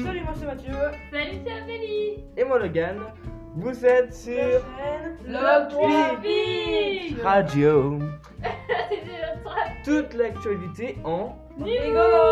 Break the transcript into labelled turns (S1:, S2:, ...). S1: Mathieu
S2: Salut, c'est Amélie
S3: et moi Logan. Vous êtes sur
S1: Blog
S3: Blog
S2: Bibi
S3: Radio.
S2: C'était notre
S3: Toute l'actualité en
S2: rigolo